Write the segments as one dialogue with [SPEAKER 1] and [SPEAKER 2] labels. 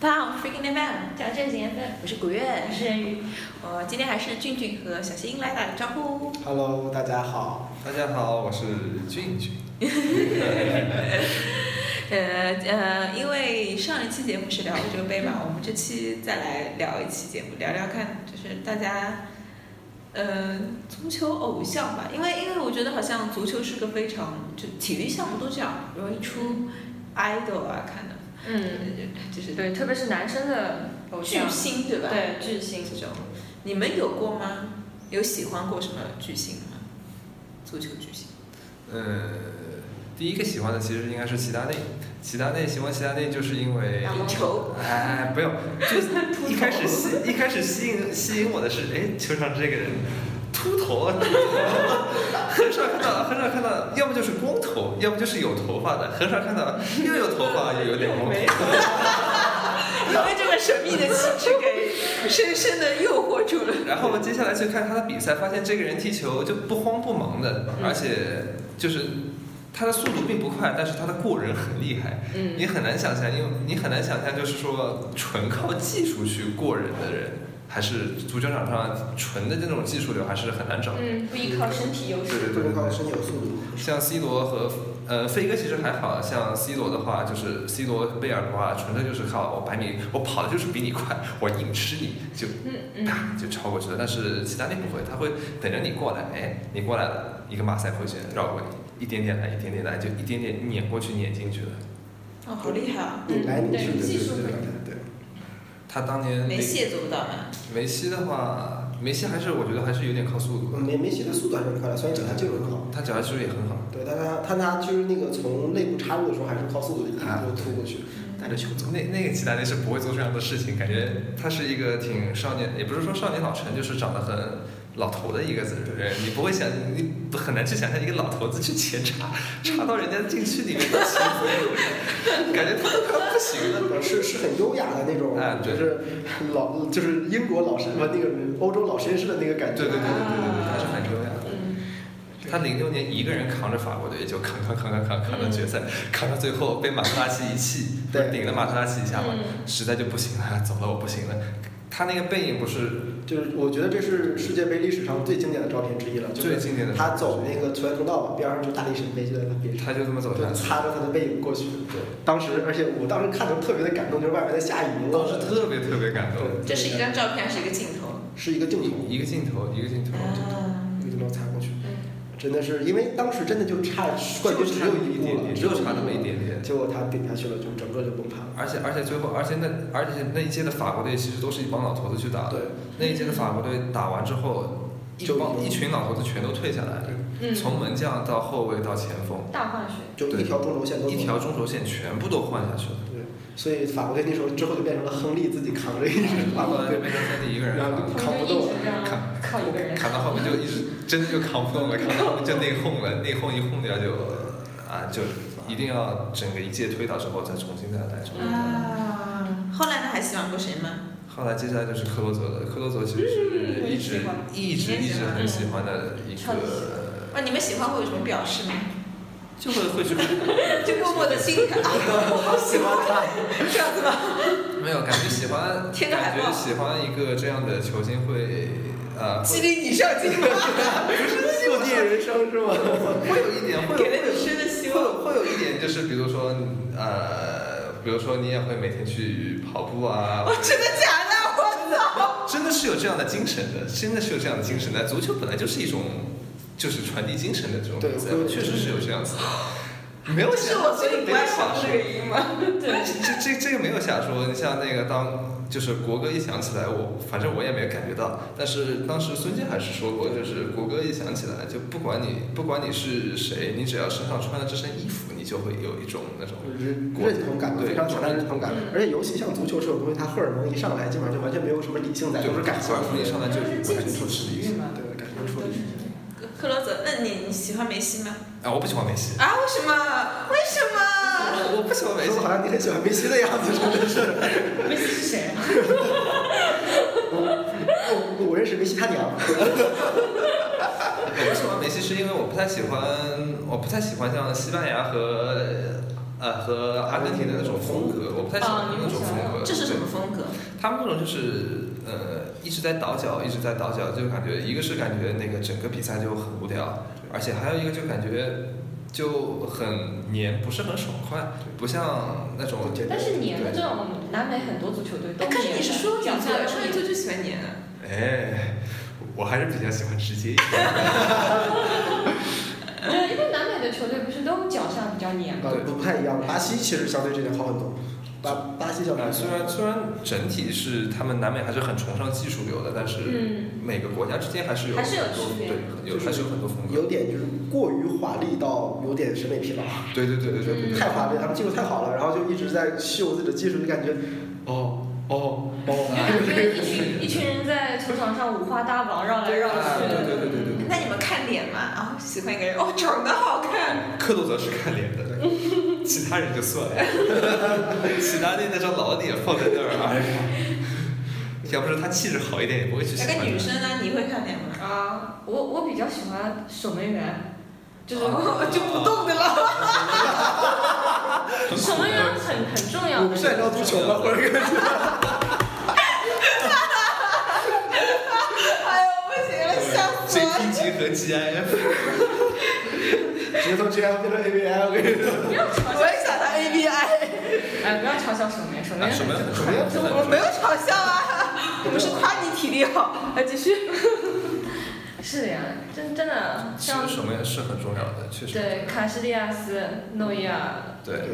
[SPEAKER 1] Pound Freaking FM，
[SPEAKER 2] 讲正经 FM，
[SPEAKER 1] 我是古月
[SPEAKER 2] 我，是鱼。
[SPEAKER 1] 我今天还是俊俊和小新来打个招呼。
[SPEAKER 3] Hello，大家好。
[SPEAKER 4] 大家好，我是俊俊。
[SPEAKER 1] 呃呃，因为上一期节目是聊欧洲杯嘛，我们这期再来聊一期节目，聊聊看就是大家，呃，足球偶像吧，因为因为我觉得好像足球是个非常就体育项目都这样，容易出 idol 啊，看的，
[SPEAKER 2] 嗯，
[SPEAKER 1] 就是
[SPEAKER 2] 对，特别是男生的偶像
[SPEAKER 1] 巨，星对吧？
[SPEAKER 2] 对巨星
[SPEAKER 1] 这种，你们有过吗？有喜欢过什么巨星吗？足球巨星？
[SPEAKER 4] 呃，第一个喜欢的其实应该是齐达内，齐达内喜欢齐达内就是因为
[SPEAKER 1] 打篮球
[SPEAKER 4] 哎，不用， 就一开始吸一开始吸引吸引我的是，哎，球场这个人秃 头，啊，很少看到很少看到，要么就是光头，要么就是有头发的，很少看到又有头发又有点光头。
[SPEAKER 1] 因为这个神秘的气质给深深的诱惑住了。
[SPEAKER 4] 然后我们接下来去看他的比赛，发现这个人踢球就不慌不忙的，而且就是他的速度并不快，但是他的过人很厉害。
[SPEAKER 2] 嗯，
[SPEAKER 4] 你很难想象，因为你很难想象，就是说纯靠技术去过人的人，还是足球场上纯的这种技术流还是很难找的。
[SPEAKER 2] 嗯，不依靠身体优势，
[SPEAKER 4] 对对
[SPEAKER 3] 不
[SPEAKER 4] 对
[SPEAKER 3] 能
[SPEAKER 4] 对
[SPEAKER 3] 靠
[SPEAKER 4] 对。
[SPEAKER 3] 身体有速度。
[SPEAKER 4] 像 C 罗和呃飞哥其实还好像 C 罗的话，就是 C 罗贝尔的话，纯粹就是靠我百米，我跑的就是比你快，我硬吃你就
[SPEAKER 2] 嗯嗯，
[SPEAKER 4] 啪 就超过去了。但是其他那不会，他会等着你过来，哎，你过来了，一个马赛回旋绕过你，一点点来，一点点来，就一点点碾过去，碾进去了。
[SPEAKER 1] 哦，好厉害啊！
[SPEAKER 3] 你来你去
[SPEAKER 2] 嗯对
[SPEAKER 3] 的，
[SPEAKER 2] 技术
[SPEAKER 3] 对对
[SPEAKER 4] 流
[SPEAKER 3] 对对。
[SPEAKER 4] 他当年
[SPEAKER 1] 梅
[SPEAKER 4] 那
[SPEAKER 1] 西也做不到嘛。
[SPEAKER 4] 梅西的话，梅西还是我觉得还是有点靠速度，
[SPEAKER 3] 嗯梅梅西的速度还是很快的，虽然脚下技术很好。
[SPEAKER 4] 他脚下技术也很好。
[SPEAKER 3] 对，但他他拿就是那个从内部插入的时候，还是靠速度一步
[SPEAKER 4] 啊
[SPEAKER 3] 步突过去。
[SPEAKER 4] 带着球走。那那个齐达内是不会做这样的事情，感觉他是一个挺少年，也不是说少年老成，就是长得很老头的一个人。你不会想，你很难去想象一个老头子去前插，插到人家禁区里面去，感觉他都快不行了。
[SPEAKER 3] 呃是是很优雅的那种，
[SPEAKER 4] 哎对
[SPEAKER 3] 就是 老就是英国老绅不那个欧洲老绅士的那个感觉。
[SPEAKER 4] 对
[SPEAKER 3] 啊
[SPEAKER 4] 对对对对对，他是很优雅的。
[SPEAKER 2] 嗯，
[SPEAKER 4] 他零六年一个人扛着法国队就扛扛扛扛扛扛到决赛，扛到最后被马特拉齐一气，不是
[SPEAKER 3] 对
[SPEAKER 4] 顶了马特拉齐一下嘛，
[SPEAKER 2] 嗯
[SPEAKER 4] 实在就不行了，走了我不行了。他那个背影不是
[SPEAKER 3] 就是我觉得这是世界杯历史上最经典的照片之一了，就
[SPEAKER 4] 最
[SPEAKER 3] 是
[SPEAKER 4] 经典的，
[SPEAKER 3] 他走那个球员通道边上就大力神杯就在他边上。
[SPEAKER 4] 他就这么走下
[SPEAKER 3] 就
[SPEAKER 4] 去。
[SPEAKER 3] 擦着他的背影过去。对，当时而且我当时看的特别的感动，就是外面在下雨，
[SPEAKER 4] 当时特别特别感动，
[SPEAKER 3] 对
[SPEAKER 1] 这是一张照片，还是一个镜头。
[SPEAKER 3] 是一个镜头，
[SPEAKER 4] 一个镜头一个镜头，
[SPEAKER 1] 啊
[SPEAKER 3] 一个镜头擦过去，真的是因为当时真的就差冠军只有一步了，
[SPEAKER 4] 只有差那么一点点。
[SPEAKER 3] 结果他顶下去了，就整个就崩盘了。
[SPEAKER 4] 而且而且最后，而且那而且那一届的法国队其实都是一帮老头子去打的。
[SPEAKER 3] 对，
[SPEAKER 4] 那一届的法国队打完之后，一
[SPEAKER 3] 就
[SPEAKER 4] 帮一群老头子全都退下来了，
[SPEAKER 2] 嗯
[SPEAKER 4] 从门将到后卫到前锋，
[SPEAKER 2] 大换血，
[SPEAKER 3] 就一条中轴线都走
[SPEAKER 4] 一条中轴线全部都换下去了。
[SPEAKER 3] 对，所以法国队那时候之后就变成了亨利自己扛着一支法 国
[SPEAKER 4] 就
[SPEAKER 3] 队，
[SPEAKER 4] 变成亨利一个人
[SPEAKER 3] 然
[SPEAKER 4] 扛，
[SPEAKER 3] 后
[SPEAKER 2] 他
[SPEAKER 3] 扛
[SPEAKER 2] 们
[SPEAKER 3] 不
[SPEAKER 2] 就一
[SPEAKER 3] 动
[SPEAKER 2] 直这样
[SPEAKER 4] 扛
[SPEAKER 2] 靠一个人，
[SPEAKER 4] 扛到后面就一直真的就扛不动了，扛到后面就内讧了，内讧一讧掉就啊就一定要整个一届推倒之后再重新再来。重新再来
[SPEAKER 1] 嗯啊！后来呢？还喜欢过谁吗？
[SPEAKER 4] 后来接下来就是克罗泽了，克罗泽其实是一直
[SPEAKER 2] 嗯我
[SPEAKER 4] 一直一直很喜欢的一
[SPEAKER 2] 超级喜
[SPEAKER 4] 个，
[SPEAKER 1] 哦哇，你们喜欢我有什么表示吗？
[SPEAKER 4] 就会会去
[SPEAKER 1] 就默默的心疼，
[SPEAKER 3] 好喜欢他，
[SPEAKER 1] 这样子吧。
[SPEAKER 4] 没有感觉喜欢，
[SPEAKER 1] 贴个海
[SPEAKER 4] 感
[SPEAKER 1] 报
[SPEAKER 4] 觉喜欢一个这样的球星会呃
[SPEAKER 1] 激
[SPEAKER 4] 会
[SPEAKER 1] 励你上进吧，
[SPEAKER 3] 复地人生是吗？
[SPEAKER 4] 会有一点会
[SPEAKER 1] 给
[SPEAKER 4] 有
[SPEAKER 1] 了你生的希
[SPEAKER 4] 会
[SPEAKER 1] 望。
[SPEAKER 4] 有会有一点就是比如说呃比如说你也会每天去跑步啊，
[SPEAKER 1] 哦，真的假的？我操！
[SPEAKER 4] 真的是有这样的精神的，真的是有这样的精神的。足球本来就是一种，就是传递精神的这种
[SPEAKER 3] 对
[SPEAKER 4] 比赛
[SPEAKER 3] 对，
[SPEAKER 4] 确实是啊有这样子的。没有
[SPEAKER 1] 这是
[SPEAKER 4] 想，
[SPEAKER 1] 我所
[SPEAKER 4] 这个
[SPEAKER 1] 以
[SPEAKER 4] 没
[SPEAKER 1] 不
[SPEAKER 4] 有
[SPEAKER 1] 爱
[SPEAKER 4] 瞎
[SPEAKER 1] 放这
[SPEAKER 4] 说
[SPEAKER 1] 个，音吗？
[SPEAKER 2] 对，
[SPEAKER 4] 这这这个没有瞎说。你像那个当就是国歌一响起来，我反正我也没有感觉到，但是当时孙健还是说过，就是国歌一响起来，就不管你不管你是谁，你只要身上穿了这身衣服，你就会有一种那种
[SPEAKER 3] 认同感非常强的认同感，而且尤其像足球这种东西，它荷尔蒙一上来，基本上就完全没有什么理性在，都是感性
[SPEAKER 4] 反正一上来就
[SPEAKER 2] 就是竞
[SPEAKER 4] 完全
[SPEAKER 2] 技
[SPEAKER 4] 处
[SPEAKER 2] 体育。
[SPEAKER 4] 理
[SPEAKER 2] 嘛，
[SPEAKER 3] 对感情
[SPEAKER 2] 都
[SPEAKER 3] 处
[SPEAKER 2] 是
[SPEAKER 3] 理。
[SPEAKER 1] 克克罗泽，那你你喜欢梅西吗？
[SPEAKER 4] 啊，我不喜欢梅西，
[SPEAKER 1] 啊？为什么？为什么？
[SPEAKER 4] 我不喜欢梅西
[SPEAKER 3] 说。好像你很喜欢梅西的样子，真 的是。
[SPEAKER 2] 梅西是谁啊？
[SPEAKER 3] 我我我认识梅西他娘，
[SPEAKER 4] 我不喜欢梅西是因为我不太喜欢，我不太喜欢像西班牙和呃和阿根廷的那种风格，我不太喜欢那种风格。
[SPEAKER 1] 这是什么风格？
[SPEAKER 4] 他们那种就是呃一直在倒脚，一直在倒脚，就感觉一个是感觉那个整个比赛就很无聊，而且还有一个就感觉就很黏，不是很爽快，不像那种。
[SPEAKER 2] 但是黏的这种南美很多足球队都黏的。
[SPEAKER 1] 可是哎你是说
[SPEAKER 2] 讲
[SPEAKER 1] 你
[SPEAKER 2] 出来
[SPEAKER 1] 在川就就喜欢黏啊。
[SPEAKER 4] 哎，我还是比较喜欢直接一点。
[SPEAKER 2] 对，因为南美的球队不是都脚上比较黏吗？
[SPEAKER 3] 呃，不不太一样。巴西其实相对这点好很多，巴巴西相对
[SPEAKER 4] 呃，虽然虽然整体是他们南美还是很崇尚技术流的，但是
[SPEAKER 2] 嗯，
[SPEAKER 4] 每个国家之间还是有
[SPEAKER 2] 还是有
[SPEAKER 4] 很多
[SPEAKER 2] 区别
[SPEAKER 4] 对，有
[SPEAKER 3] 就是
[SPEAKER 4] 还是有很多风格。
[SPEAKER 3] 有点就是过于华丽到有点审美疲劳，
[SPEAKER 4] 对对对对对对。
[SPEAKER 3] 太华丽，他们技术太好了，然后就一直在秀自己的技术，就感觉
[SPEAKER 4] 哦哦
[SPEAKER 2] 就
[SPEAKER 4] 哦。
[SPEAKER 2] 感觉一群一群人在球场上五花大绑绕来绕
[SPEAKER 4] 啊
[SPEAKER 2] 去
[SPEAKER 4] 对对对
[SPEAKER 2] 的。
[SPEAKER 4] 对对对。
[SPEAKER 1] 那你们看脸嘛，然后喜欢一个人，哦，长得好看，
[SPEAKER 4] 克洛泽是看脸的，其他人就算了， 其他的那张老脸放在那儿，哎呀，要不是他气质好一点，也不会去喜
[SPEAKER 1] 那
[SPEAKER 4] 欢他。
[SPEAKER 1] 个女生呢，你会看脸吗？
[SPEAKER 2] 啊，我我比较喜欢守门员，就是
[SPEAKER 1] 哦就不动的了。
[SPEAKER 4] 很
[SPEAKER 2] 守
[SPEAKER 4] 苦
[SPEAKER 2] 门
[SPEAKER 4] 的
[SPEAKER 2] 员很很重要。
[SPEAKER 3] 我不擅长足球吗？或者
[SPEAKER 1] 哎呦，不行了，笑死 了。
[SPEAKER 4] JPG 和 GIF，
[SPEAKER 3] 直接从 GF 变成 ABI，我跟你说，
[SPEAKER 2] 不要嘲
[SPEAKER 1] 我也想当 A B I，
[SPEAKER 2] 哎，不要嘲笑守门员，守门
[SPEAKER 4] 啊
[SPEAKER 2] 员
[SPEAKER 4] 什么
[SPEAKER 2] 很
[SPEAKER 4] 什么样子
[SPEAKER 1] 我没有嘲笑啊，我们是夸你体力好。来继续。
[SPEAKER 2] 是的呀，真真的
[SPEAKER 4] 其
[SPEAKER 2] 像
[SPEAKER 4] 实什么也是很重要的，确实。
[SPEAKER 2] 对卡西利亚斯、诺伊尔，
[SPEAKER 4] 对。
[SPEAKER 3] 对，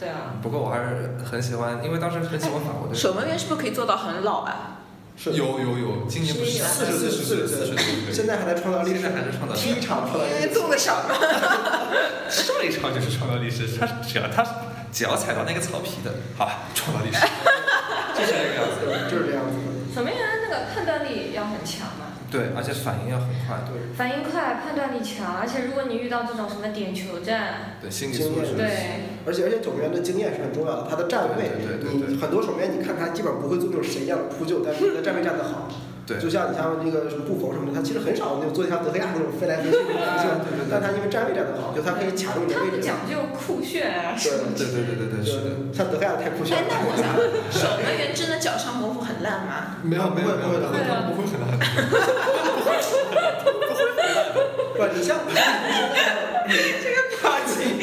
[SPEAKER 2] 对啊，
[SPEAKER 4] 不过我还是很喜欢，因为当时很喜欢法国
[SPEAKER 1] 哎
[SPEAKER 4] 队。
[SPEAKER 1] 守门员是不是可以做到很老啊？
[SPEAKER 3] 是
[SPEAKER 4] 有有有，今年不是
[SPEAKER 1] 是
[SPEAKER 4] 四
[SPEAKER 3] 的
[SPEAKER 4] 十四十岁，四十岁，
[SPEAKER 3] 现在还在创造历
[SPEAKER 4] 现
[SPEAKER 3] 史
[SPEAKER 4] 在，还是创造历
[SPEAKER 3] 第一
[SPEAKER 4] 史，
[SPEAKER 3] 场创造
[SPEAKER 1] 因
[SPEAKER 3] 历
[SPEAKER 1] 为
[SPEAKER 3] 史，
[SPEAKER 1] 动的哎少嘛。
[SPEAKER 4] 上一场就是创造历史，他只要他只要踩到那个草皮的，好吧，创造历史，就是这个样子。
[SPEAKER 3] 就是这样子的。
[SPEAKER 2] 守门员那个判断力要很强嘛。
[SPEAKER 4] 对，而且反应要很快，
[SPEAKER 3] 对，
[SPEAKER 2] 反应快，判断力强，而且如果你遇到这种什么点球战，
[SPEAKER 4] 对，心理素质。
[SPEAKER 2] 对，
[SPEAKER 3] 而且而且守门员的经验是很重要的，他的站位，
[SPEAKER 4] 对对对对
[SPEAKER 3] 你很多守门员你看他基本上不会做那种神一样的扑救，但是他的站位站得好。
[SPEAKER 4] 对
[SPEAKER 3] 就像你像那个什么布冯什么的，他其实很少就做得像德赫亚那种飞来飞去的扑
[SPEAKER 4] 啊
[SPEAKER 3] 救，但他因为站位站得好，就他可以卡住你的
[SPEAKER 2] 他
[SPEAKER 3] 位
[SPEAKER 2] 们
[SPEAKER 3] 置。
[SPEAKER 2] 讲究酷炫啊什么
[SPEAKER 4] 对对对对对，是的。
[SPEAKER 3] 对，像德赫亚太酷炫
[SPEAKER 1] 哎，
[SPEAKER 3] 了。
[SPEAKER 1] 那我想问，守门员真的脚上功夫很烂 吗？
[SPEAKER 4] 没有没有没有，
[SPEAKER 3] 不
[SPEAKER 2] 会的
[SPEAKER 4] 不会很难。
[SPEAKER 3] 不，你像
[SPEAKER 1] 这个表情，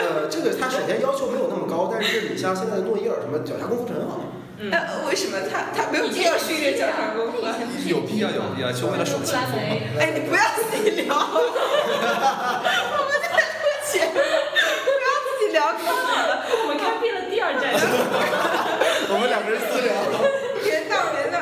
[SPEAKER 3] 呃，这个他首先要求没有那么高，但是你像现在的诺伊尔什么脚下功夫很好，
[SPEAKER 2] 嗯，
[SPEAKER 1] 那呃为什么他他没有必要训练脚上功夫啊？
[SPEAKER 4] 有必要有必要，就为了手
[SPEAKER 2] 布
[SPEAKER 4] 气。
[SPEAKER 2] 莱梅，
[SPEAKER 1] 哎，你不要自己聊， 我们在录节目，不要自己聊，看好了，
[SPEAKER 2] 我们看遍了第二站，
[SPEAKER 3] 我们两个人私聊，
[SPEAKER 1] 别闹别闹。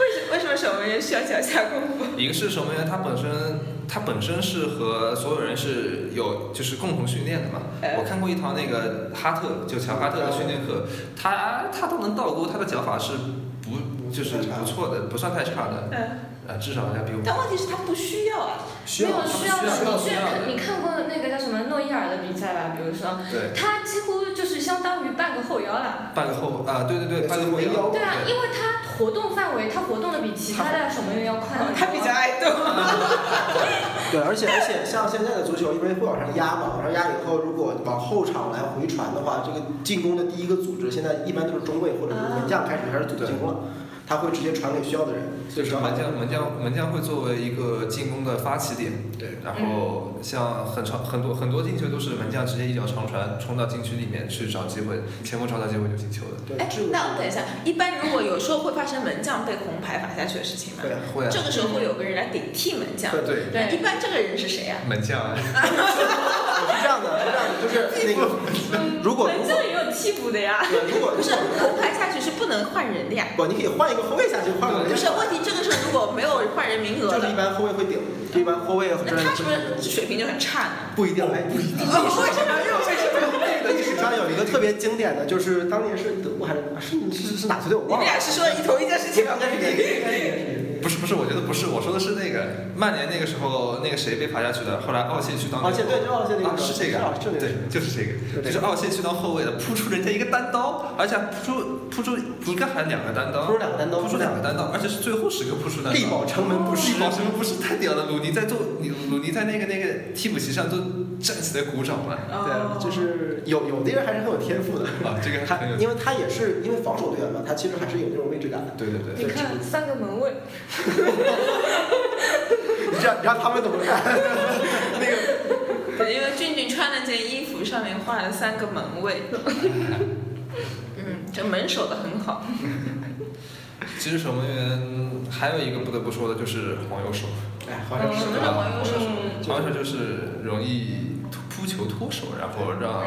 [SPEAKER 1] 为什为什么守门员需要脚下功夫？
[SPEAKER 4] 一个是守门员，他本身他本身是和所有人是有就是共同训练的嘛。
[SPEAKER 1] 哎哦
[SPEAKER 4] 我看过一堂那个哈特，就乔哈特的训练课，他他都能倒钩，他的脚法是不就是不错的，不算太差的，
[SPEAKER 1] 嗯，
[SPEAKER 4] 呃，至少要比我们
[SPEAKER 1] 但问题是他不需要啊。
[SPEAKER 3] 需
[SPEAKER 2] 没
[SPEAKER 3] 要
[SPEAKER 2] 有
[SPEAKER 4] 需
[SPEAKER 2] 需
[SPEAKER 4] 要
[SPEAKER 2] 要的，你
[SPEAKER 4] 需要
[SPEAKER 2] 看你看过那个叫什么诺伊尔的比赛吧？比如说，
[SPEAKER 4] 对
[SPEAKER 2] 他几乎就是相当于半个后腰了。
[SPEAKER 4] 半个后啊，对对对，半个后
[SPEAKER 3] 哦
[SPEAKER 4] 腰。
[SPEAKER 2] 对啊，因为他活动范围，他活动的比其他的守门员要快很多。
[SPEAKER 1] 他比较爱动，
[SPEAKER 4] 嗯
[SPEAKER 3] 对，而且而且像现在的足球，因为会往上压嘛，往上压以后，如果往后场来回传的话，这个进攻的第一个组织现在一般都是中卫或者是
[SPEAKER 1] 啊
[SPEAKER 3] 门将开始开始组织进攻了，他会直接传给需要的人，
[SPEAKER 4] 就是门将，门将，门将会作为一个进攻的发起点。
[SPEAKER 1] 哎
[SPEAKER 3] 对，
[SPEAKER 4] 然后像很长很多很多进球都是门将直接一脚长传冲到禁区里面去找机会，前锋找到机会就进球了。
[SPEAKER 3] 对，
[SPEAKER 1] 哎
[SPEAKER 3] 这个，
[SPEAKER 1] 那我等一下，一般如果有时候会发生门将被红牌罚下去的事情吗？
[SPEAKER 3] 对啊，
[SPEAKER 4] 会啊，啊
[SPEAKER 1] 这个时候会有个人来顶替门将。
[SPEAKER 3] 对
[SPEAKER 4] 对
[SPEAKER 1] 一
[SPEAKER 2] 对，
[SPEAKER 1] 般这个人是谁啊？
[SPEAKER 4] 门将啊，
[SPEAKER 3] 是这样的，是这样的， 就是那个，
[SPEAKER 1] 嗯
[SPEAKER 3] 如果
[SPEAKER 2] 门将也有替补的呀。
[SPEAKER 3] 对，如果
[SPEAKER 1] 不是红牌下去是不能换人的呀。
[SPEAKER 3] 不，你可以换一个后卫下去，换个
[SPEAKER 1] 不
[SPEAKER 3] 人
[SPEAKER 1] 是，问题这个时候如果没有换人名额
[SPEAKER 3] 就是一
[SPEAKER 1] 的，
[SPEAKER 3] 般后卫会顶，就一般后卫或者
[SPEAKER 1] 那他是不是水平就很差呢？
[SPEAKER 3] 不一定来，不一定。
[SPEAKER 1] 为什么又为什么？
[SPEAKER 3] 历史上有一个特别经典的，就是当年是德国还是是是是哪球队我
[SPEAKER 1] 你
[SPEAKER 3] 忘
[SPEAKER 1] 们
[SPEAKER 3] 了，
[SPEAKER 1] 俩是说一同一件事情吗啊
[SPEAKER 3] 应？该是哪个？应该是哪个？
[SPEAKER 4] 不是不是，我觉得不是，我说的是那个曼联那个时候那个谁被罚下去的，后来奥谢去当
[SPEAKER 3] 而且对，就奥谢那
[SPEAKER 4] 啊
[SPEAKER 3] 个
[SPEAKER 4] 是这个
[SPEAKER 3] 啊，是那个。
[SPEAKER 4] 对，就是这
[SPEAKER 3] 就
[SPEAKER 4] 个，
[SPEAKER 3] 这
[SPEAKER 4] 就是
[SPEAKER 3] 个
[SPEAKER 4] 奥谢去当后卫的，扑出人家一个单刀，而且还扑出扑出一个还两个单刀，
[SPEAKER 3] 扑出两个单刀
[SPEAKER 4] 扑出两个单刀，而且是最后时刻扑出单刀，
[SPEAKER 3] 力保城门不失
[SPEAKER 4] 力保城门不失太屌了，鲁尼在做，鲁尼在那个那个替补席上都站起来鼓掌了。
[SPEAKER 1] 哦
[SPEAKER 3] 对啊，就是有有的人还是很有天赋的，
[SPEAKER 4] 啊，这个
[SPEAKER 3] 他
[SPEAKER 4] 很有，
[SPEAKER 3] 因为他也是因为防守队员嘛，他其实还是有那种位置感的。
[SPEAKER 4] 对对对，
[SPEAKER 2] 你看三个门卫，
[SPEAKER 3] 你让你让他们怎么看？
[SPEAKER 1] 对，因为俊俊穿那件衣服上面画了三个门卫， 嗯，这门守的很好。
[SPEAKER 4] 其实守门员还有一个不得不说的就是黄油手，
[SPEAKER 3] 哎，好像是
[SPEAKER 1] 嗯
[SPEAKER 3] 的
[SPEAKER 1] 那黄油手
[SPEAKER 4] 黄油手就是容易突扑球脱手，然后让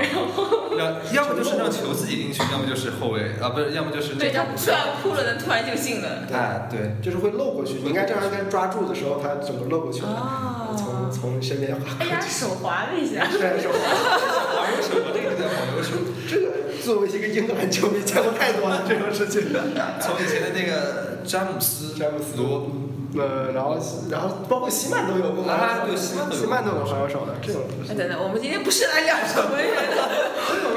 [SPEAKER 4] 让要么就是让球自己进去，要么就是后卫啊不是，要么就是那
[SPEAKER 1] 对，
[SPEAKER 4] 个
[SPEAKER 1] 他突然扑了的，突然就进了。
[SPEAKER 4] 哎对，
[SPEAKER 3] 就是会漏过去。你应该正常跟抓住的时候，他整个漏过去了，从
[SPEAKER 1] 哦，
[SPEAKER 3] 从身边滑
[SPEAKER 2] 哎呀，手滑了一下。
[SPEAKER 3] 是是是
[SPEAKER 4] 黄油手我这个叫黄油手，
[SPEAKER 3] 这个作为一个英格兰球迷，见过太多了这种事情。
[SPEAKER 4] 从以前的那个詹姆斯
[SPEAKER 3] 詹姆斯
[SPEAKER 4] 罗
[SPEAKER 3] 呃，然后然后包括西曼都有过吗
[SPEAKER 4] 啊对西曼都有
[SPEAKER 3] 西曼都有黄油手的这种。
[SPEAKER 1] 哎，等等，我们今天不是来聊守门员的。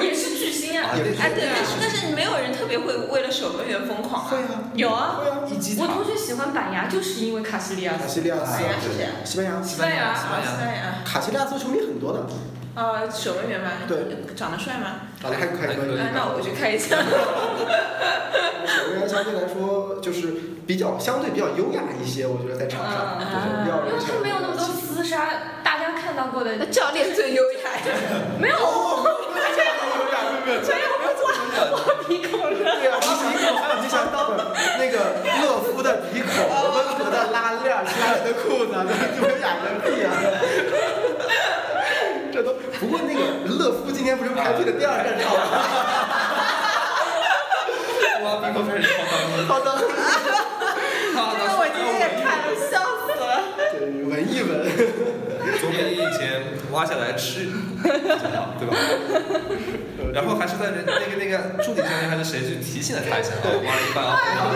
[SPEAKER 2] 也是巨星啊！
[SPEAKER 3] 也
[SPEAKER 1] 哎，对，但是但是没有人特别会为了守门员疯狂啊。
[SPEAKER 3] 会啊，
[SPEAKER 1] 有啊，
[SPEAKER 3] 会啊，一击
[SPEAKER 2] 我同学喜欢板牙，就是因为卡西利亚
[SPEAKER 3] 卡西利亚斯
[SPEAKER 1] 谁呀？是谁啊？
[SPEAKER 3] 西班牙，
[SPEAKER 4] 西班牙
[SPEAKER 1] 西班牙，西班牙。
[SPEAKER 3] 卡西利亚斯球迷很多的，
[SPEAKER 1] 啊，守门员吗？
[SPEAKER 3] 对，
[SPEAKER 1] 长得帅吗？
[SPEAKER 3] 打得还可以，还可以。
[SPEAKER 1] 哎，那我去看一 下。
[SPEAKER 3] 守门员相对来说就是比较相对比较优雅一些，我觉得在场上，
[SPEAKER 1] 嗯
[SPEAKER 3] 就是比较
[SPEAKER 2] 因为他没有那么多厮杀，大家看到过的
[SPEAKER 1] 那教练最优雅。
[SPEAKER 2] 没有，
[SPEAKER 1] 哦
[SPEAKER 3] 对
[SPEAKER 2] 我鼻孔热。
[SPEAKER 3] 呀，鼻孔还有没想到那个勒夫的鼻孔，温和的拉链，西兰的裤子，那优雅个屁啊！这都不过那个勒夫今天不是排队的第二站场吗？
[SPEAKER 4] 哇鼻孔开始晃荡了，
[SPEAKER 3] 好的，
[SPEAKER 1] 这个我今天也看了，笑死了。
[SPEAKER 3] 对文一文，
[SPEAKER 4] 总比你以前挖下来吃，对吧？ 然后还是在那那个那个助理教练还是谁去提醒了他一下啊，挖了一半
[SPEAKER 1] 哎
[SPEAKER 4] 啊。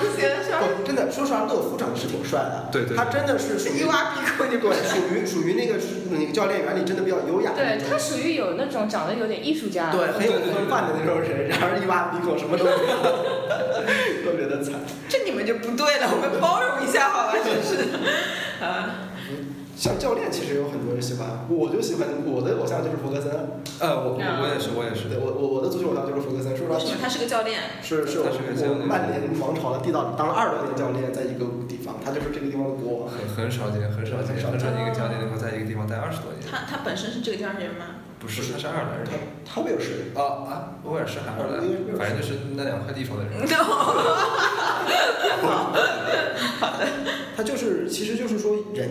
[SPEAKER 1] 不行，笑死了。
[SPEAKER 3] 不真的，说实话，勒夫长得是挺帅的，
[SPEAKER 4] 对对
[SPEAKER 3] 他真的是属于
[SPEAKER 1] 一挖鼻孔就
[SPEAKER 3] 对，属于属于那个那个教练员里真的比较优雅的那
[SPEAKER 2] 对
[SPEAKER 3] 种，
[SPEAKER 2] 他属于有那种长得有点艺术
[SPEAKER 1] 啊
[SPEAKER 2] 家。
[SPEAKER 3] 对，很有风范的那种人，然而一挖鼻孔什么都没有，特别的惨。
[SPEAKER 1] 这你们就不对了，我们包容一下好吧，真是 的。啊，
[SPEAKER 3] 像教练其实有很多人喜欢，我就喜欢我的偶像就是弗格森，
[SPEAKER 4] 呃，我我我也是，我也是。
[SPEAKER 3] 对我我我的足球偶像就是弗格森。说实话
[SPEAKER 1] 为什么他是个教练？
[SPEAKER 3] 是是我我曼联王朝的地道里当了二十多年教练，在一个地方，他就是这个地方的国王。
[SPEAKER 4] 很很少见，很少见，很少见一个教练能够在一个地方待二十多年。
[SPEAKER 1] 他他本身是这个地方人 吗？
[SPEAKER 4] 不是，他是爱尔兰人
[SPEAKER 3] 他。他啊威 尔士，
[SPEAKER 4] 啊啊，威尔士还是爱尔兰，反正就是那两块地方的
[SPEAKER 1] 嗯
[SPEAKER 4] 人。
[SPEAKER 3] 他就是其实就是说人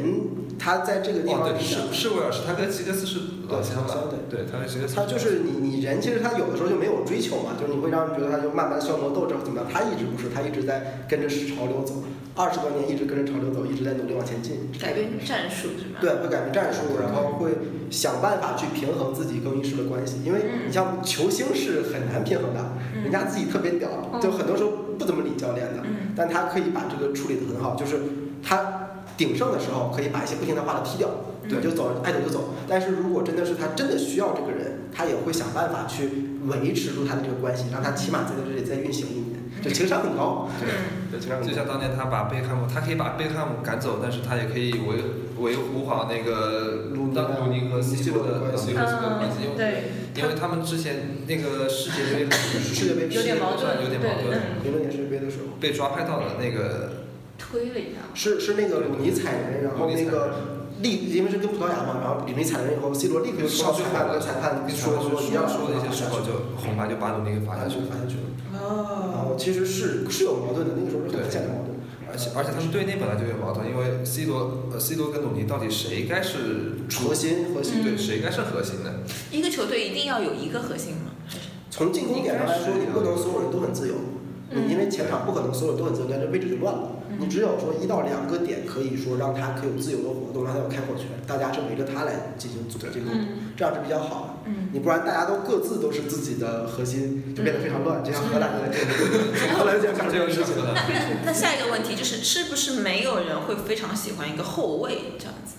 [SPEAKER 3] 他在这个地
[SPEAKER 4] 哦，
[SPEAKER 3] 方
[SPEAKER 4] 对，是是威尔士，他跟吉格斯是老乡吧？对，他跟吉格斯。
[SPEAKER 3] 他就是你，你人其实他有的时候就没有追求嘛，就是你会让人觉得他就慢慢消磨斗志或怎么样。他一直不是，他一直在跟着潮流走，二十多年一直跟着潮流走，一直在努力往前进。
[SPEAKER 1] 改变战术是吗？
[SPEAKER 3] 对，会改变战术，然后会想办法去平衡自己更衣室的关系，因为
[SPEAKER 1] 嗯
[SPEAKER 3] 你像球星是很难平衡的，人家自己特别屌，就很多时候不怎么理教练的，
[SPEAKER 1] 嗯
[SPEAKER 3] 但他可以把这个处理得很好，就是他鼎盛的时候可以把一些不听他话的踢掉，对，
[SPEAKER 1] 嗯
[SPEAKER 3] 就走，爱走就走。但是如果真的是他真的需要这个人，他也会想办法去维持住他的这个关系，让他起码在这里再运行一年，就情商很高。
[SPEAKER 1] 嗯，
[SPEAKER 3] 对，情商很
[SPEAKER 4] 就
[SPEAKER 3] 高。
[SPEAKER 4] 像当年他把贝克汉姆，他可以把贝克汉姆赶走，但是他也可以维维护好那个
[SPEAKER 3] 鲁尼
[SPEAKER 4] 当鲁尼和西伯的
[SPEAKER 3] 西
[SPEAKER 4] 西伯的
[SPEAKER 2] 嗯
[SPEAKER 4] 关系，因，为
[SPEAKER 2] 对，
[SPEAKER 4] 因为他们之前那个世界杯
[SPEAKER 3] 世界杯
[SPEAKER 2] 有点矛
[SPEAKER 4] 有
[SPEAKER 2] 盾，对嗯
[SPEAKER 4] 点
[SPEAKER 2] 对
[SPEAKER 4] 矛
[SPEAKER 2] 对
[SPEAKER 4] 盾，，
[SPEAKER 3] 零六年世界杯的时候。
[SPEAKER 4] 被抓拍到了那个
[SPEAKER 2] 推了一下。
[SPEAKER 3] 是是那个鲁尼踩人，然后那个利，因为是跟葡萄牙嘛，然后鲁尼踩人以后，C 罗立刻就冲到裁判跟裁判
[SPEAKER 4] 跟
[SPEAKER 3] 说
[SPEAKER 4] 说
[SPEAKER 3] 说
[SPEAKER 4] 说
[SPEAKER 3] 你
[SPEAKER 4] 你
[SPEAKER 3] 要
[SPEAKER 4] 要说的一些时候，就红牌就把鲁尼给罚下
[SPEAKER 3] 罚下
[SPEAKER 4] 去
[SPEAKER 3] 去
[SPEAKER 4] 了。
[SPEAKER 3] 罚下去了。然
[SPEAKER 1] 哦，
[SPEAKER 3] 后其实是是有矛盾的，那个时候是很明显的矛盾。
[SPEAKER 4] 而且而且他们队内本来就有矛盾，因为 C 罗呃 C 罗跟鲁尼到底谁该是
[SPEAKER 3] 核心核心，
[SPEAKER 4] 对谁该是核心的？
[SPEAKER 1] 一个球队一定要有一个核心吗？
[SPEAKER 3] 从进攻点上来说，你不能所有人都很自由。
[SPEAKER 2] 嗯
[SPEAKER 3] 你嗯因为前场不可能所有人都很自由，但是位置就乱了。
[SPEAKER 1] 嗯
[SPEAKER 3] 你只有说一到两个点可以说让他可以有自由的活动，让他有开火权，大家是围着他来进行组织进攻，
[SPEAKER 2] 嗯
[SPEAKER 3] 这样是比较好的。
[SPEAKER 1] 嗯，
[SPEAKER 3] 你不然大家都各自都是自己的核心，就变得非常乱，就像荷兰的荷兰讲 这
[SPEAKER 4] 这
[SPEAKER 3] 种
[SPEAKER 4] 个
[SPEAKER 3] 事
[SPEAKER 4] 是
[SPEAKER 3] 情。
[SPEAKER 1] 那那那下一个问题就是，是不是没有人会非常喜欢一个后卫这样子？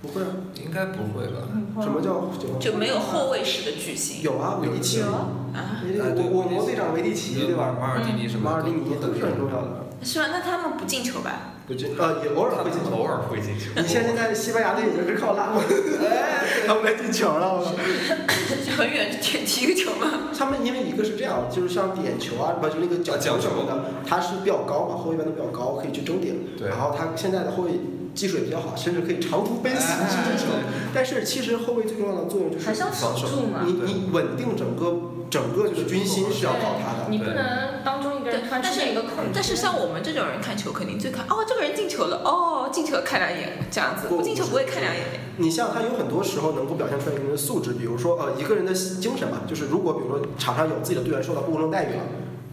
[SPEAKER 3] 不会啊，
[SPEAKER 4] 应该不会
[SPEAKER 2] 嗯
[SPEAKER 4] 吧？
[SPEAKER 3] 什么叫九号？
[SPEAKER 1] 就没有后卫式的巨星
[SPEAKER 3] 有啊，维蒂奇，
[SPEAKER 2] 有啊
[SPEAKER 1] 啊？
[SPEAKER 3] 维蒂
[SPEAKER 4] 啊对
[SPEAKER 3] 我我们队长维蒂奇对吧？
[SPEAKER 4] 马尔蒂尼什么
[SPEAKER 3] 马
[SPEAKER 4] 的
[SPEAKER 3] 尔蒂尼
[SPEAKER 4] 都
[SPEAKER 3] 都
[SPEAKER 4] 是
[SPEAKER 3] 是很重要的，
[SPEAKER 1] 是吧？那他们不进球吧？
[SPEAKER 3] 不进呃也偶尔会进球。
[SPEAKER 4] 偶尔会进球。
[SPEAKER 3] 你像现在西班牙队已经是靠拉莫，他们来进球了。
[SPEAKER 1] 就很远就踢踢个球吗？
[SPEAKER 3] 他们因为一个是这样，就是像点球啊，不就那个角
[SPEAKER 4] 角球
[SPEAKER 3] 球什么的，它是比较高嘛，后卫一般都比较高，可以去争点。
[SPEAKER 4] 对
[SPEAKER 3] 然后他现在的后卫技术也比较好，甚至可以长途奔袭
[SPEAKER 4] 哎
[SPEAKER 3] 去进球。但是其实后卫最重要的作用就
[SPEAKER 2] 还是
[SPEAKER 3] 是
[SPEAKER 2] 要守住嘛
[SPEAKER 3] 你。
[SPEAKER 4] 对
[SPEAKER 3] 你稳定整个整个就是军心是要靠他的。
[SPEAKER 2] 你不能当中一个人突然出现一个空，
[SPEAKER 1] 但是像我们这种人看球，肯定最看哦，这个人进球了，哦，进球了看两眼这样子，
[SPEAKER 3] 不
[SPEAKER 1] 不进球不会看两眼。
[SPEAKER 3] 你像他有很多时候能够表现出来一个人的素质，比如说呃一个人的精神吧，就是如果比如说场上有自己的队员受到不公正待遇了，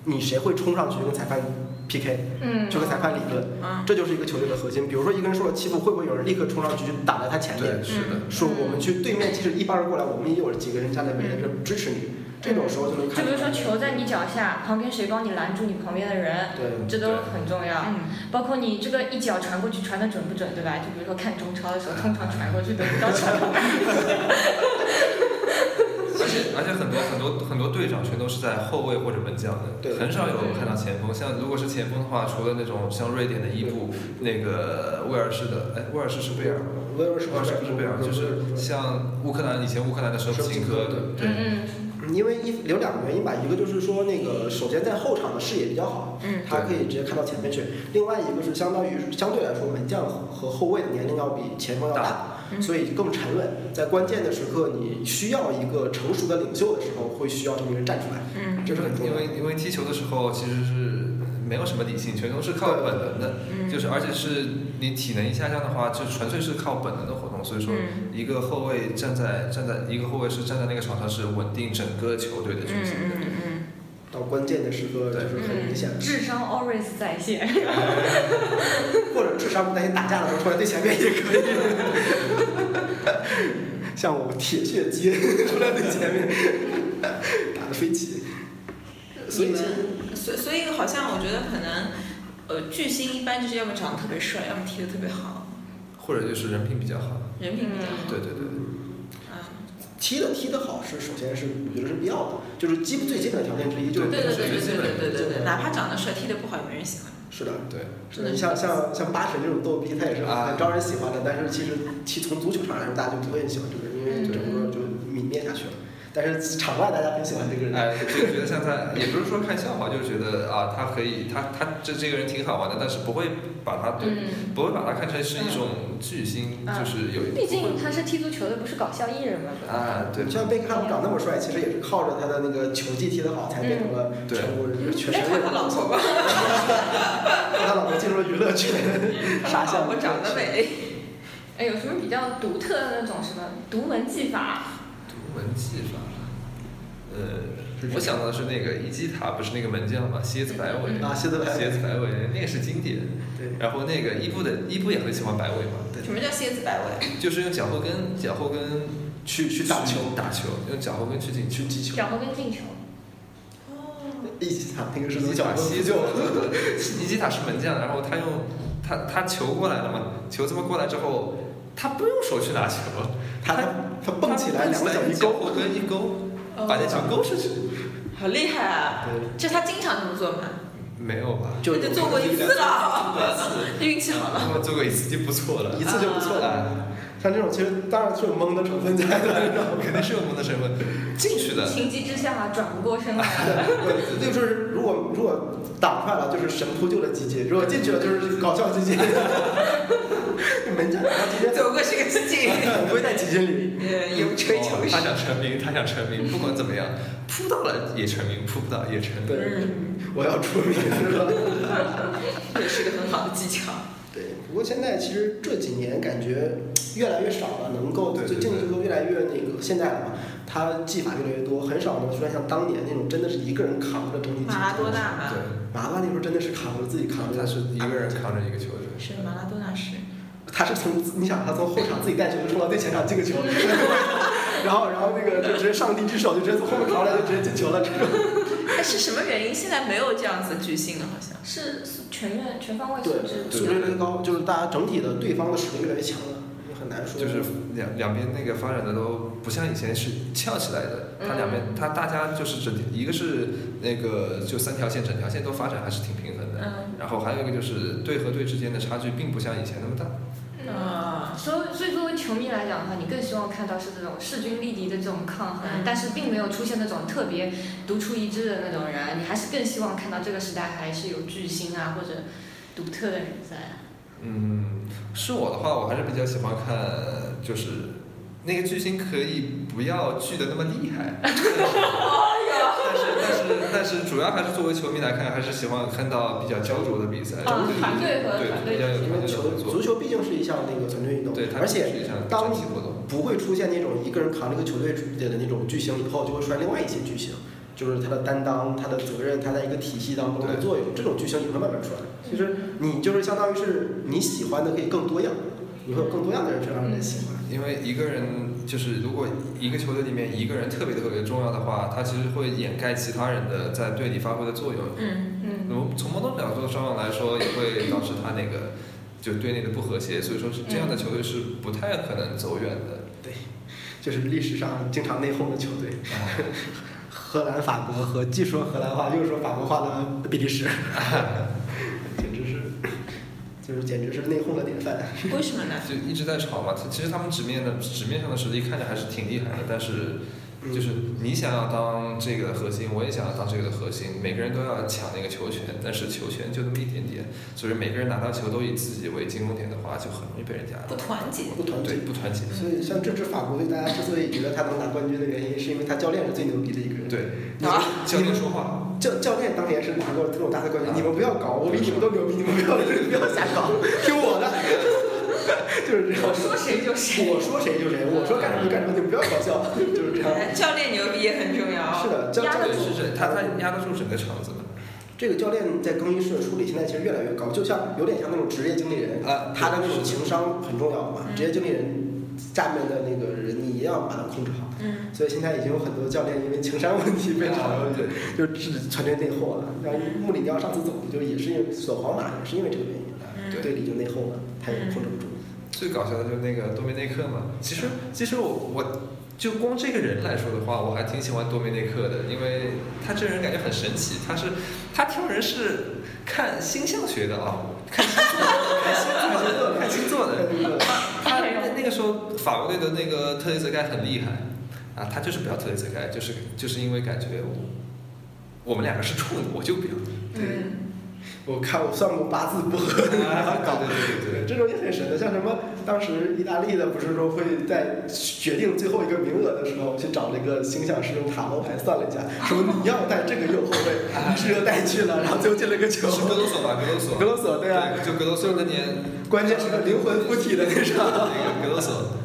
[SPEAKER 3] 你谁会冲上去跟裁判 PK，
[SPEAKER 2] 嗯，
[SPEAKER 3] 就跟裁判理论？
[SPEAKER 1] 嗯，
[SPEAKER 3] 这就是一个球队的核心。比如说一个人受了欺负，会不会有人立刻冲上去去打在他前面
[SPEAKER 4] 哎对，，是的，
[SPEAKER 3] 说我们去对面，即使一帮人过来，我们也有几个人站在每人这支持你。这种时候就能
[SPEAKER 2] 就
[SPEAKER 3] 看
[SPEAKER 2] 比
[SPEAKER 3] 出
[SPEAKER 2] 如说
[SPEAKER 3] 来。
[SPEAKER 2] 球在你脚下，旁边谁帮你拦住你旁边的人，
[SPEAKER 3] 对，
[SPEAKER 2] 这都很重要。
[SPEAKER 1] 嗯，
[SPEAKER 2] 包括你这个一脚传过去传的准不准，对吧？就比如说看中超的
[SPEAKER 3] 嗯
[SPEAKER 2] 时候，通常传过去都比较 准。
[SPEAKER 4] 而且而且很多很多很多队长全都是在后卫或者门将的，
[SPEAKER 3] 对
[SPEAKER 4] 很少有看到前锋。像如果是前锋的话，除了那种像瑞典的伊布，那个威尔士的，哎，威尔士是贝尔吗，
[SPEAKER 3] 威尔士
[SPEAKER 4] 威尔士不是贝尔，就是像乌克兰以前乌克兰的时候，
[SPEAKER 3] 舍甫
[SPEAKER 4] 琴
[SPEAKER 3] 琴
[SPEAKER 4] 科
[SPEAKER 3] 科
[SPEAKER 4] 的，对，
[SPEAKER 2] 嗯
[SPEAKER 3] 因为一有两个原因吧，一个就是说那个首先在后场的视野比较好，
[SPEAKER 1] 嗯
[SPEAKER 3] 他可以直接看到前面去；另外一个是相当于相对来说门将和后卫的年龄要比前锋要大，
[SPEAKER 1] 嗯
[SPEAKER 3] 所以更沉稳。在关键的时刻，你需要一个成熟的领袖的时候，会需要这么一个人站出来，
[SPEAKER 1] 嗯，
[SPEAKER 3] 这是很重要
[SPEAKER 4] 因
[SPEAKER 3] 的。
[SPEAKER 4] 为因为踢球的时候其实是没有什么理性，全都是靠本能的，
[SPEAKER 1] 嗯，
[SPEAKER 4] 就是而且是你体能一下降的话，就纯粹是靠本能的活动。所以说，
[SPEAKER 1] 嗯
[SPEAKER 4] 一个后卫站在站在一个后卫是站在那个场上是稳定整个球队的
[SPEAKER 1] 嗯
[SPEAKER 4] 军心的。
[SPEAKER 1] 嗯嗯
[SPEAKER 3] 到关键的时刻就是很明显，
[SPEAKER 2] 嗯，智商 always 在线。
[SPEAKER 3] 或者智商不担心打架的时候突然对前面也可以。 像我铁血街突然对前面 打的飞起，
[SPEAKER 1] 嗯，
[SPEAKER 3] 所以
[SPEAKER 1] 你
[SPEAKER 3] 其实
[SPEAKER 1] 们所所以好像我觉得可能，呃，巨星一般就是要么长得特别帅，要么踢得特别好，
[SPEAKER 4] 或者就是人品比较好。
[SPEAKER 1] 人品比较好。
[SPEAKER 4] 对对对
[SPEAKER 3] 嗯
[SPEAKER 4] 对，
[SPEAKER 1] 啊，
[SPEAKER 3] 踢的踢得好是首先是我觉得是必要的，就是基本最基本的条件之一就是
[SPEAKER 1] 对对对对
[SPEAKER 4] 基
[SPEAKER 1] 对
[SPEAKER 4] 本
[SPEAKER 1] 对对对，哪怕长得帅，踢得不好也没人喜欢。
[SPEAKER 3] 是的，
[SPEAKER 4] 对，
[SPEAKER 3] 是的。你像像像八神这种逗逼，他也是
[SPEAKER 4] 啊
[SPEAKER 3] 很招人喜欢的，但是其实其从足球场来说，大家就不会很喜欢这个人，因为整个就泯灭下去了。但是场外大家很喜欢这个人，
[SPEAKER 4] 哎，就觉得像他，也不是说看笑话，就是觉得啊，他可以，他他这这个人挺好玩的，但是不会把他对，
[SPEAKER 2] 嗯，
[SPEAKER 4] 不会把他看成是一种巨星，
[SPEAKER 2] 嗯
[SPEAKER 4] 就是有一
[SPEAKER 2] 毕竟他是踢足球的，不是搞笑艺人嘛，对吧？
[SPEAKER 4] 啊，对
[SPEAKER 3] 你，像贝克汉姆长那么帅，其实也是靠着他的那个球技踢得好，才变成了
[SPEAKER 4] 对
[SPEAKER 3] 全国人全
[SPEAKER 1] 哎，
[SPEAKER 3] 世界
[SPEAKER 1] 他
[SPEAKER 3] 的
[SPEAKER 1] 的老婆吧，
[SPEAKER 3] 他老婆进入了娱乐圈，
[SPEAKER 1] 他
[SPEAKER 3] 傻
[SPEAKER 1] 的 老
[SPEAKER 3] 笑
[SPEAKER 1] 婆。长得美。
[SPEAKER 2] 哎，有什么比较独特的那种什么独门技法？
[SPEAKER 4] 独门技法，呃，我想到的是那个一击塔，不是那个门将嘛，蝎子摆
[SPEAKER 2] 嗯
[SPEAKER 4] 尾，
[SPEAKER 3] 啊，谢德莱
[SPEAKER 4] 蝎子摆尾那个是经典。
[SPEAKER 3] 对，
[SPEAKER 4] 然后那个伊布的伊布也很喜欢摆尾嘛，
[SPEAKER 1] 什么叫蝎子摆尾？
[SPEAKER 4] 就是用脚后跟脚后跟
[SPEAKER 3] 去去打球，
[SPEAKER 4] 打球，用脚后跟去进去击球。
[SPEAKER 2] 脚后跟进球。
[SPEAKER 1] 哦，
[SPEAKER 3] 一起打那个是
[SPEAKER 4] 一击
[SPEAKER 3] 小
[SPEAKER 4] 塔
[SPEAKER 3] 西
[SPEAKER 4] 西
[SPEAKER 3] 就
[SPEAKER 4] 就， 伊基塔是门将，然后他用他他球过来了嘛，球这么过来之后，他不用手去拿球，
[SPEAKER 3] 他他他蹦起来，两个脚一
[SPEAKER 4] 脚
[SPEAKER 3] 勾。
[SPEAKER 4] 后跟一勾，把那球勾出去。
[SPEAKER 1] 好厉害啊！这他经常这么做吗？
[SPEAKER 4] 没有吧？
[SPEAKER 3] 就
[SPEAKER 1] 那就做过一次了，运气好了。
[SPEAKER 4] 他们做过一次就不错了。
[SPEAKER 3] 一次就不错了。像这种其实当然是有懵的成分在的，
[SPEAKER 4] 肯定是有蒙的身份进去的。
[SPEAKER 2] 情急之下转不过身来。
[SPEAKER 3] 对，就是如果如果挡出来了，就是神扑救了鸡鸡；如果进去了，就是搞笑鸡鸡。 门将他直接
[SPEAKER 1] 走过是个奇迹，
[SPEAKER 3] 不会在鸡精里，
[SPEAKER 1] 呃，有吹球
[SPEAKER 4] 哦
[SPEAKER 1] 是
[SPEAKER 4] 他。想成名，他想成名，不管怎么样，扑到了也成名，扑不到也成名。
[SPEAKER 3] 对，
[SPEAKER 1] 嗯，
[SPEAKER 3] 我要出名是吧？
[SPEAKER 1] 也是个很好的技巧。
[SPEAKER 3] 对，不过现在其实这几年感觉越来越少了，能够
[SPEAKER 4] 对
[SPEAKER 3] 就
[SPEAKER 4] 对
[SPEAKER 3] 竞技足球越来越那个现代了嘛，它技法越来越多，很少能出现像当年那种真的是一个人扛着整体。
[SPEAKER 1] 马拉多纳，嘛，
[SPEAKER 4] 对，
[SPEAKER 3] 马拉多纳那时候真的是扛着自己扛着，
[SPEAKER 4] 他是一个人扛着一个球队。
[SPEAKER 1] 是马拉多纳是。
[SPEAKER 3] 他是从你想他从后场自己带球就冲到最前场进个球， 然后然后那个就直接上帝之手就直接从后面传过来就直接进球了，这种
[SPEAKER 1] 但哎是什么原因？现在没有这样子的巨星了，好像。
[SPEAKER 2] 是全面全方位素
[SPEAKER 3] 对
[SPEAKER 2] 质。
[SPEAKER 3] 素质越来越高，就是大家整体的对方的实力越来越强了。很难说。
[SPEAKER 4] 就是两两边那个发展的都不像以前是翘起来的，它两边它大家就是整体，一个是那个就三条线整条线都发展还是挺平衡的，
[SPEAKER 1] 嗯
[SPEAKER 4] 然后还有一个就是队和队之间的差距并不像以前那么大。
[SPEAKER 1] 啊，
[SPEAKER 2] 嗯所以，所以作为球迷来讲的话，你更希望看到是这种势均力敌的这种抗衡，
[SPEAKER 1] 嗯
[SPEAKER 2] 但是并没有出现那种特别独出一帜的那种人，你还是更希望看到这个时代还是有巨星啊或者独特的人在啊。
[SPEAKER 4] 嗯，是我的话，我还是比较喜欢看，就是那个巨星可以不要巨的那么厉害，但是
[SPEAKER 1] 哎
[SPEAKER 4] 但是但是主要还是作为球迷来看，还是喜欢看到比较焦灼的比赛，
[SPEAKER 2] 啊
[SPEAKER 4] 就是
[SPEAKER 2] 团队和
[SPEAKER 4] 呃对
[SPEAKER 2] 团队
[SPEAKER 4] 比较有
[SPEAKER 3] 因
[SPEAKER 4] 团
[SPEAKER 3] 为
[SPEAKER 4] 队的
[SPEAKER 3] 球
[SPEAKER 4] 合
[SPEAKER 3] 足
[SPEAKER 4] 作，
[SPEAKER 3] 球毕竟是一项那个团队运动
[SPEAKER 4] 对，，它
[SPEAKER 3] 而且
[SPEAKER 4] 是一项
[SPEAKER 3] 当
[SPEAKER 4] 整体活动，
[SPEAKER 3] 不会出现那种一个人扛这个球队的那种巨星，以后就会出现另外一些巨星，就是他的担当、他的责任、他在一个体系当中的
[SPEAKER 4] 对
[SPEAKER 3] 作用，这种巨星也会慢慢出来。其实你就是相当于是你喜欢的可以更多样，你会有更多样的人去让人喜欢。
[SPEAKER 4] 因为一个人就是如果一个球队里面一个人特别特别重要的话，他其实会掩盖其他人的在队里发挥的作用，
[SPEAKER 1] 嗯
[SPEAKER 2] 嗯
[SPEAKER 4] 我们从某种角度上来说，也会导致他那个就队内的不和谐，所以说是这样的球队是不太可能走远的。
[SPEAKER 3] 对，就是历史上经常内讧的球队，
[SPEAKER 4] 啊
[SPEAKER 3] 荷兰、法国和既说荷兰话又说法国话的比利时， 简直是，就是简直是内讧的典范。
[SPEAKER 1] 为什么呢？
[SPEAKER 4] 就一直在吵嘛，其实他们纸面的纸面上的实力看着还是挺厉害的，但是
[SPEAKER 3] 嗯
[SPEAKER 4] 就是你想要当这个的核心，我也想要当这个的核心，每个人都要抢那个球权，但是球权就那么一点点，所以每个人拿到球都以自己为进攻点的话，就很容易被人家
[SPEAKER 1] 不团结。
[SPEAKER 3] 不团
[SPEAKER 4] 对
[SPEAKER 3] 结。
[SPEAKER 4] 不团结。
[SPEAKER 3] 所以，像这支法国队，大家之所以觉得他能拿冠军的原因，是因为他教练是最牛逼的一个人。
[SPEAKER 4] 对，
[SPEAKER 1] 啊
[SPEAKER 4] 教练说话，
[SPEAKER 3] 教教练当年是拿过这种大赛冠军，
[SPEAKER 4] 啊
[SPEAKER 3] 你们不要搞，我比你们都牛逼，你们不要不要瞎搞，听我的， 就是这样
[SPEAKER 2] 我。说谁就谁。
[SPEAKER 3] 我说谁就谁，我说干什么就干什么，你们不要搞笑，就是这样。
[SPEAKER 1] 哎教练牛逼也很重要哦。
[SPEAKER 3] 是的，教教
[SPEAKER 2] 压得
[SPEAKER 4] 对
[SPEAKER 3] 练
[SPEAKER 2] 住
[SPEAKER 4] 是是，他他压得住整个场子的。
[SPEAKER 3] 这个教练在更衣室的处理现在其实越来越高，就像有点像那种职业经理人，
[SPEAKER 4] 啊
[SPEAKER 3] 他的那种情商很重要嘛。
[SPEAKER 1] 嗯
[SPEAKER 3] 职业经理人下面的那个人，你一定要把他控制好。
[SPEAKER 1] 嗯，
[SPEAKER 3] 所以现在已经有很多教练因为情商问题被炒了，
[SPEAKER 4] 啊对，
[SPEAKER 3] 就就是团队内讧了。然后穆里尼奥上次走，就也是因为走皇马，也是因为这个原因，
[SPEAKER 1] 嗯
[SPEAKER 3] 队里就内讧了，他也控制不住。
[SPEAKER 4] 最搞笑的就是那个多米内克嘛。其实其实我我就光这个人来说的话，我还挺喜欢多米内克的，因为他这人感觉很神奇。他是他挑人是看星象学的啊，看星座的，看星座的，看星座的。
[SPEAKER 3] 那个
[SPEAKER 4] 他
[SPEAKER 3] 哎
[SPEAKER 4] 那那个时候法国队的那个特雷泽盖很厉害啊，他就是不要特雷泽盖，就是就是因为感觉我我们两个是处女，我就不要。
[SPEAKER 1] 嗯，
[SPEAKER 3] 我看我算过八字不合，然后 搞
[SPEAKER 4] 啊对对对对
[SPEAKER 3] 这种也很神的，像什么当时意大利的不是说会在决定最后一个名额的时候去找那个星象师用塔罗牌算了一下，说你要带这个右后卫，你是要带去了，然后最后进了个球。
[SPEAKER 4] 啊是格罗索吧？格罗索，
[SPEAKER 3] 格罗索对啊，
[SPEAKER 4] 就格罗索那年呃
[SPEAKER 3] 关键是个灵魂附体的那
[SPEAKER 4] 那
[SPEAKER 3] 场，
[SPEAKER 4] 个格罗索。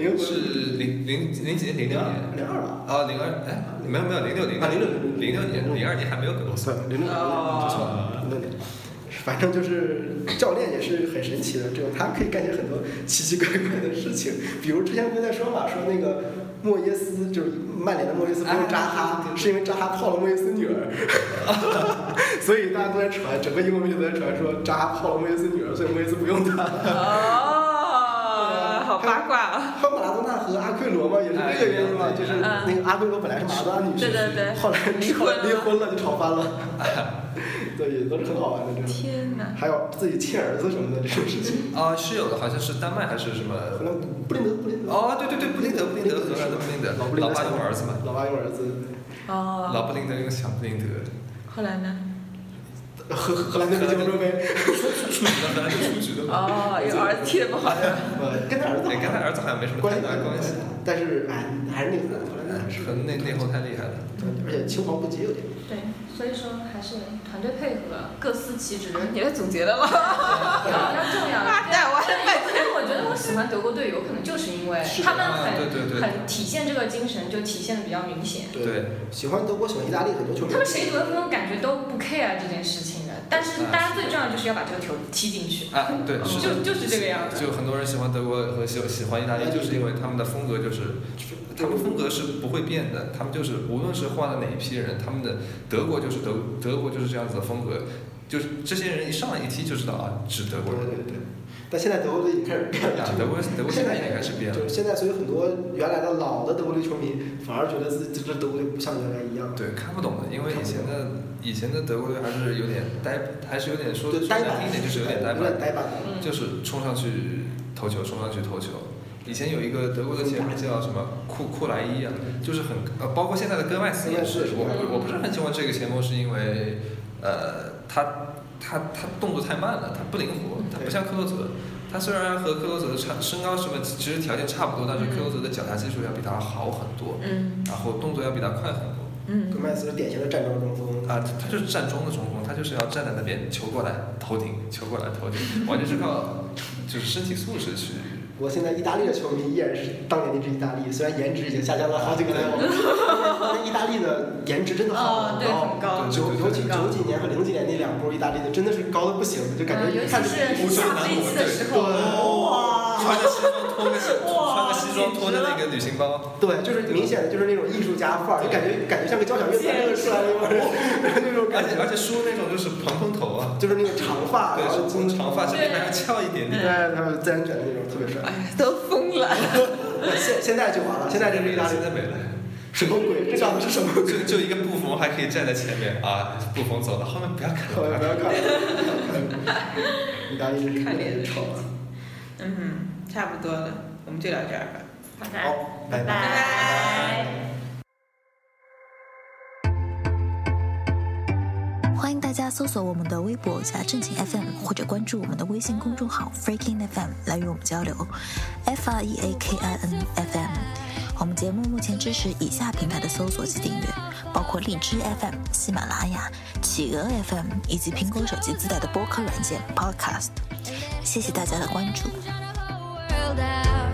[SPEAKER 3] 灵魂
[SPEAKER 4] 是零零零几年，零六年
[SPEAKER 3] 零二吧，
[SPEAKER 4] 啊，零二哎，没有没有，零六零
[SPEAKER 3] 啊06
[SPEAKER 4] 零六年，零二年还没有格罗斯
[SPEAKER 3] 算了，零六年，
[SPEAKER 1] 哦
[SPEAKER 3] 错了，零六年。反正就是教练也是很神奇的，这种他可以干些很多奇奇怪怪的事情，比如之前不是在说嘛，说那个莫耶斯就是曼联的莫耶斯不用扎
[SPEAKER 1] 啊
[SPEAKER 3] 哈，是因为扎哈泡了莫耶斯女儿， 所以大家都在传，整个英国媒体都在传说扎哈泡了莫耶斯女儿，所以莫耶斯不用他。
[SPEAKER 1] 嗯哦，好八卦哦。
[SPEAKER 3] 还有马拉多纳和阿奎罗嘛，也是这个原因嘛，就是那个阿奎罗本来是马拉多纳女婿，
[SPEAKER 1] 对对对
[SPEAKER 3] 后来
[SPEAKER 1] 离婚了
[SPEAKER 3] 离婚了就吵翻 了，对，也都是很好玩的这种。
[SPEAKER 1] 天哪！
[SPEAKER 3] 还有自己亲儿子什么的这种事情，
[SPEAKER 4] 啊，是有的，好像是丹麦还是什么？
[SPEAKER 3] 可能布林德布林德
[SPEAKER 4] 哦，对对对，布林德，布林德，荷兰的布林德，
[SPEAKER 3] 老布林德
[SPEAKER 4] 老爸有儿子嘛，
[SPEAKER 3] 老爸有儿子，
[SPEAKER 1] 哦，
[SPEAKER 4] 老布林德用小布林德，
[SPEAKER 1] 后来呢？
[SPEAKER 3] 荷荷兰队进欧洲杯，
[SPEAKER 4] 出局了，本来是出局的嘛。
[SPEAKER 1] 哦， 有儿子踢得不好的。
[SPEAKER 3] 呃，跟他儿子
[SPEAKER 4] 哎，跟他儿子好像没什么
[SPEAKER 3] 关
[SPEAKER 4] 太
[SPEAKER 3] 系
[SPEAKER 4] 大关系，，哎嗯
[SPEAKER 3] 但是哎，还是那个荷兰队是
[SPEAKER 4] 可能内内讧太厉害了。
[SPEAKER 3] 而且青黄不接有点。
[SPEAKER 2] 对，所以说还是团队配合，各司其职，
[SPEAKER 1] 你的总结了吗？
[SPEAKER 2] 比较重要。
[SPEAKER 1] 妈蛋，完了半天。
[SPEAKER 2] 但我觉得我喜欢德国队友，可能就是因为
[SPEAKER 4] 是的
[SPEAKER 2] 他们
[SPEAKER 4] 啊
[SPEAKER 2] 很
[SPEAKER 4] 对对对
[SPEAKER 2] 很体现这个精神，就体现的比较明显。
[SPEAKER 4] 对，
[SPEAKER 3] 喜欢德国，喜欢意大利很多球迷
[SPEAKER 2] 他。们谁得分，感觉都不 care 这件事情的。但是
[SPEAKER 4] 啊
[SPEAKER 2] 大家
[SPEAKER 4] 是的
[SPEAKER 2] 最重要就是要把这个球踢进去，
[SPEAKER 4] 啊，对，是的
[SPEAKER 2] 就就是这个样子。
[SPEAKER 4] 就很多人喜欢德国和喜喜欢意大利，就是因为他们的风格就是，他们风格是不会变的，他们就是无论是换了哪一批人，他们的德国就是德德国就是这样子的风格，就是这些人一上来一踢就知道啊是德国
[SPEAKER 3] 对
[SPEAKER 4] 人，
[SPEAKER 3] 对对，但现在德国队已经开始变
[SPEAKER 4] 啊
[SPEAKER 3] 了，就
[SPEAKER 4] 德国德国现
[SPEAKER 3] 现在
[SPEAKER 4] 在也开始变了
[SPEAKER 3] 就。是现在，所以很多原来的老的德国队球迷反而觉得自己这支德国队不像原来一样，
[SPEAKER 4] 对，看不懂的，因为以前的以前的德国队还是有点呆，还是有点说
[SPEAKER 3] 就
[SPEAKER 4] 说
[SPEAKER 3] 呆
[SPEAKER 4] 难
[SPEAKER 3] 板，
[SPEAKER 4] 听一点就是有点呆
[SPEAKER 3] 有
[SPEAKER 4] 板
[SPEAKER 3] 点，呆板的。
[SPEAKER 2] 嗯
[SPEAKER 4] 就是冲上去投球，冲上去投球。以前有一个德国的前锋叫什么库库莱伊啊，就是很呃，包括现在的戈麦斯也是
[SPEAKER 3] 戈麦斯，
[SPEAKER 4] 我
[SPEAKER 2] 嗯
[SPEAKER 4] 我我不是很喜欢这个前锋，是因为呃，他他他动作太慢了，他不灵活，他不像克洛泽。他虽然和克洛泽的差身高什么其实条件差不多，但是克洛泽的脚下技术要比他好很多，
[SPEAKER 1] 嗯
[SPEAKER 4] 然后动作要比他快很多。
[SPEAKER 1] 嗯
[SPEAKER 3] 戈麦斯是典型的站桩中锋，
[SPEAKER 4] 啊，他他就是站桩的中锋，他就是要站在那边球过来头顶，球过来头顶，完全是靠就是身体素质去。
[SPEAKER 3] 我现在意大利的球迷依然是当年那支意大利，虽然颜值已经下降了好几个 level，但是意大利的颜值真的好
[SPEAKER 2] 哦，对，
[SPEAKER 3] 高。
[SPEAKER 2] 很高
[SPEAKER 4] 对。
[SPEAKER 3] 九九几
[SPEAKER 2] 很高
[SPEAKER 3] 九几年和零几年那两波意大利的真的是高的不行，就感
[SPEAKER 2] 嗯
[SPEAKER 3] 觉
[SPEAKER 2] 尤
[SPEAKER 3] 一
[SPEAKER 2] 其
[SPEAKER 3] 看就是
[SPEAKER 4] 欧洲
[SPEAKER 2] 下
[SPEAKER 4] 男
[SPEAKER 2] 飞
[SPEAKER 4] 模
[SPEAKER 2] 机的
[SPEAKER 4] 对
[SPEAKER 2] 时
[SPEAKER 3] 对
[SPEAKER 2] 候，
[SPEAKER 3] 哇
[SPEAKER 2] 啊
[SPEAKER 4] 穿着西装拖个
[SPEAKER 1] 哇
[SPEAKER 4] 穿个西装拖着那个旅行包，
[SPEAKER 3] 对，就是明显的就是那种艺术家范儿，就感觉感觉像个交响乐团那个出来的一帮人，那种
[SPEAKER 4] 而
[SPEAKER 3] 感
[SPEAKER 4] 且
[SPEAKER 3] 觉，
[SPEAKER 4] 而且梳那种就是蓬蓬头啊，
[SPEAKER 3] 就是那个长发，
[SPEAKER 4] 对
[SPEAKER 3] 然后，
[SPEAKER 4] 从长发这边还要翘一点
[SPEAKER 3] 对，
[SPEAKER 4] 点。
[SPEAKER 3] 还有自然卷的那种，特别帅。
[SPEAKER 1] 哎，都疯了。
[SPEAKER 3] 现现在就完了，现在这是意大利
[SPEAKER 4] 现在没了，
[SPEAKER 3] 什么鬼？这长得是什么鬼？
[SPEAKER 4] 就就一个布冯还可以站在前面啊，布冯走了，后面不要看
[SPEAKER 3] 好
[SPEAKER 4] 了
[SPEAKER 3] 了，不。要看了。 意大利真是越来
[SPEAKER 1] 看脸的
[SPEAKER 3] 越丑
[SPEAKER 4] 啊
[SPEAKER 3] 了。
[SPEAKER 1] 嗯哼，差不多了，我们就聊这儿吧。
[SPEAKER 2] 好的，
[SPEAKER 3] 好，
[SPEAKER 2] 拜
[SPEAKER 3] 拜拜。
[SPEAKER 2] 拜。
[SPEAKER 5] 欢迎大家搜索我们的微博加正经 FM，或者关注我们的微信公众号 Freaking FM 来与我们交流。F R E A K I N F M。我们节目目前支持以下平台的搜索及订阅，包括荔枝 FM、喜马拉雅、企鹅 FM 以及苹果手机自带的播客软件 Podcast。谢谢大家的关注。
[SPEAKER 6] world out.